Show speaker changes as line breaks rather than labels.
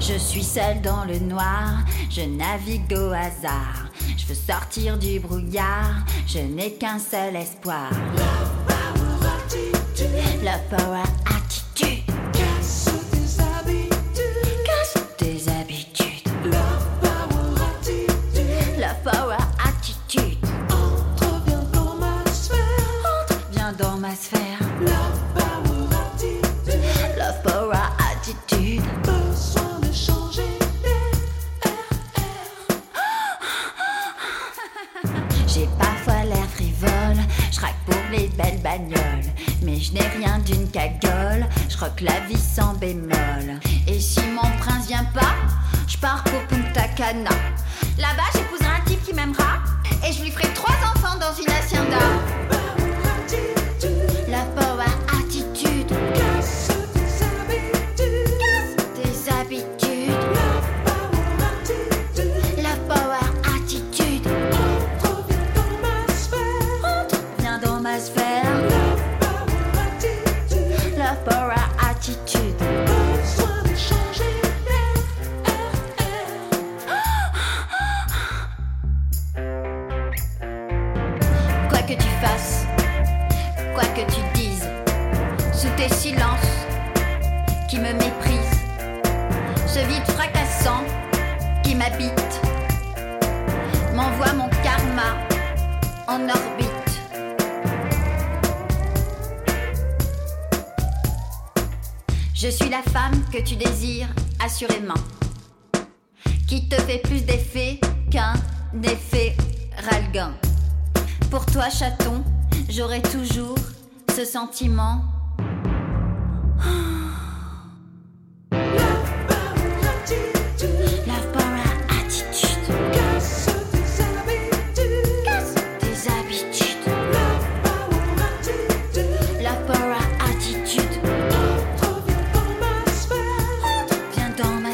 Je suis seule dans le noir, je navigue au hasard. Je veux sortir du brouillard, je n'ai qu'un seul espoir. La power attitude. Casse tes habitudes. La power attitude. Entre, viens dans ma sphère. La power attitude. J'ai parfois l'air frivole, je raque pour les belles bagnoles. Mais je n'ai rien d'une cagole, je rock la vie sans bémol. Et si mon prince vient pas, je pars pour Punta Cana. Là-bas, j'épouserai un type qui m'aimera, et je lui ferai trois enfants dans une hacienda. La power attitude, des habitudes. La power attitude, viens dans ma sphère. La power attitude. Quoi que tu fasses, quoi que tu dises, sous tes silences qui me méprisent, ce vide fracassant qui m'habite m'envoie mon karma en orbite. Je suis la femme que tu désires, assurément, qui te fait plus d'effet qu'un effet ralgan. Pour toi, chaton, j'aurai toujours ce sentiment. La power attitude, casse tes habitudes. La power attitude, viens dans ma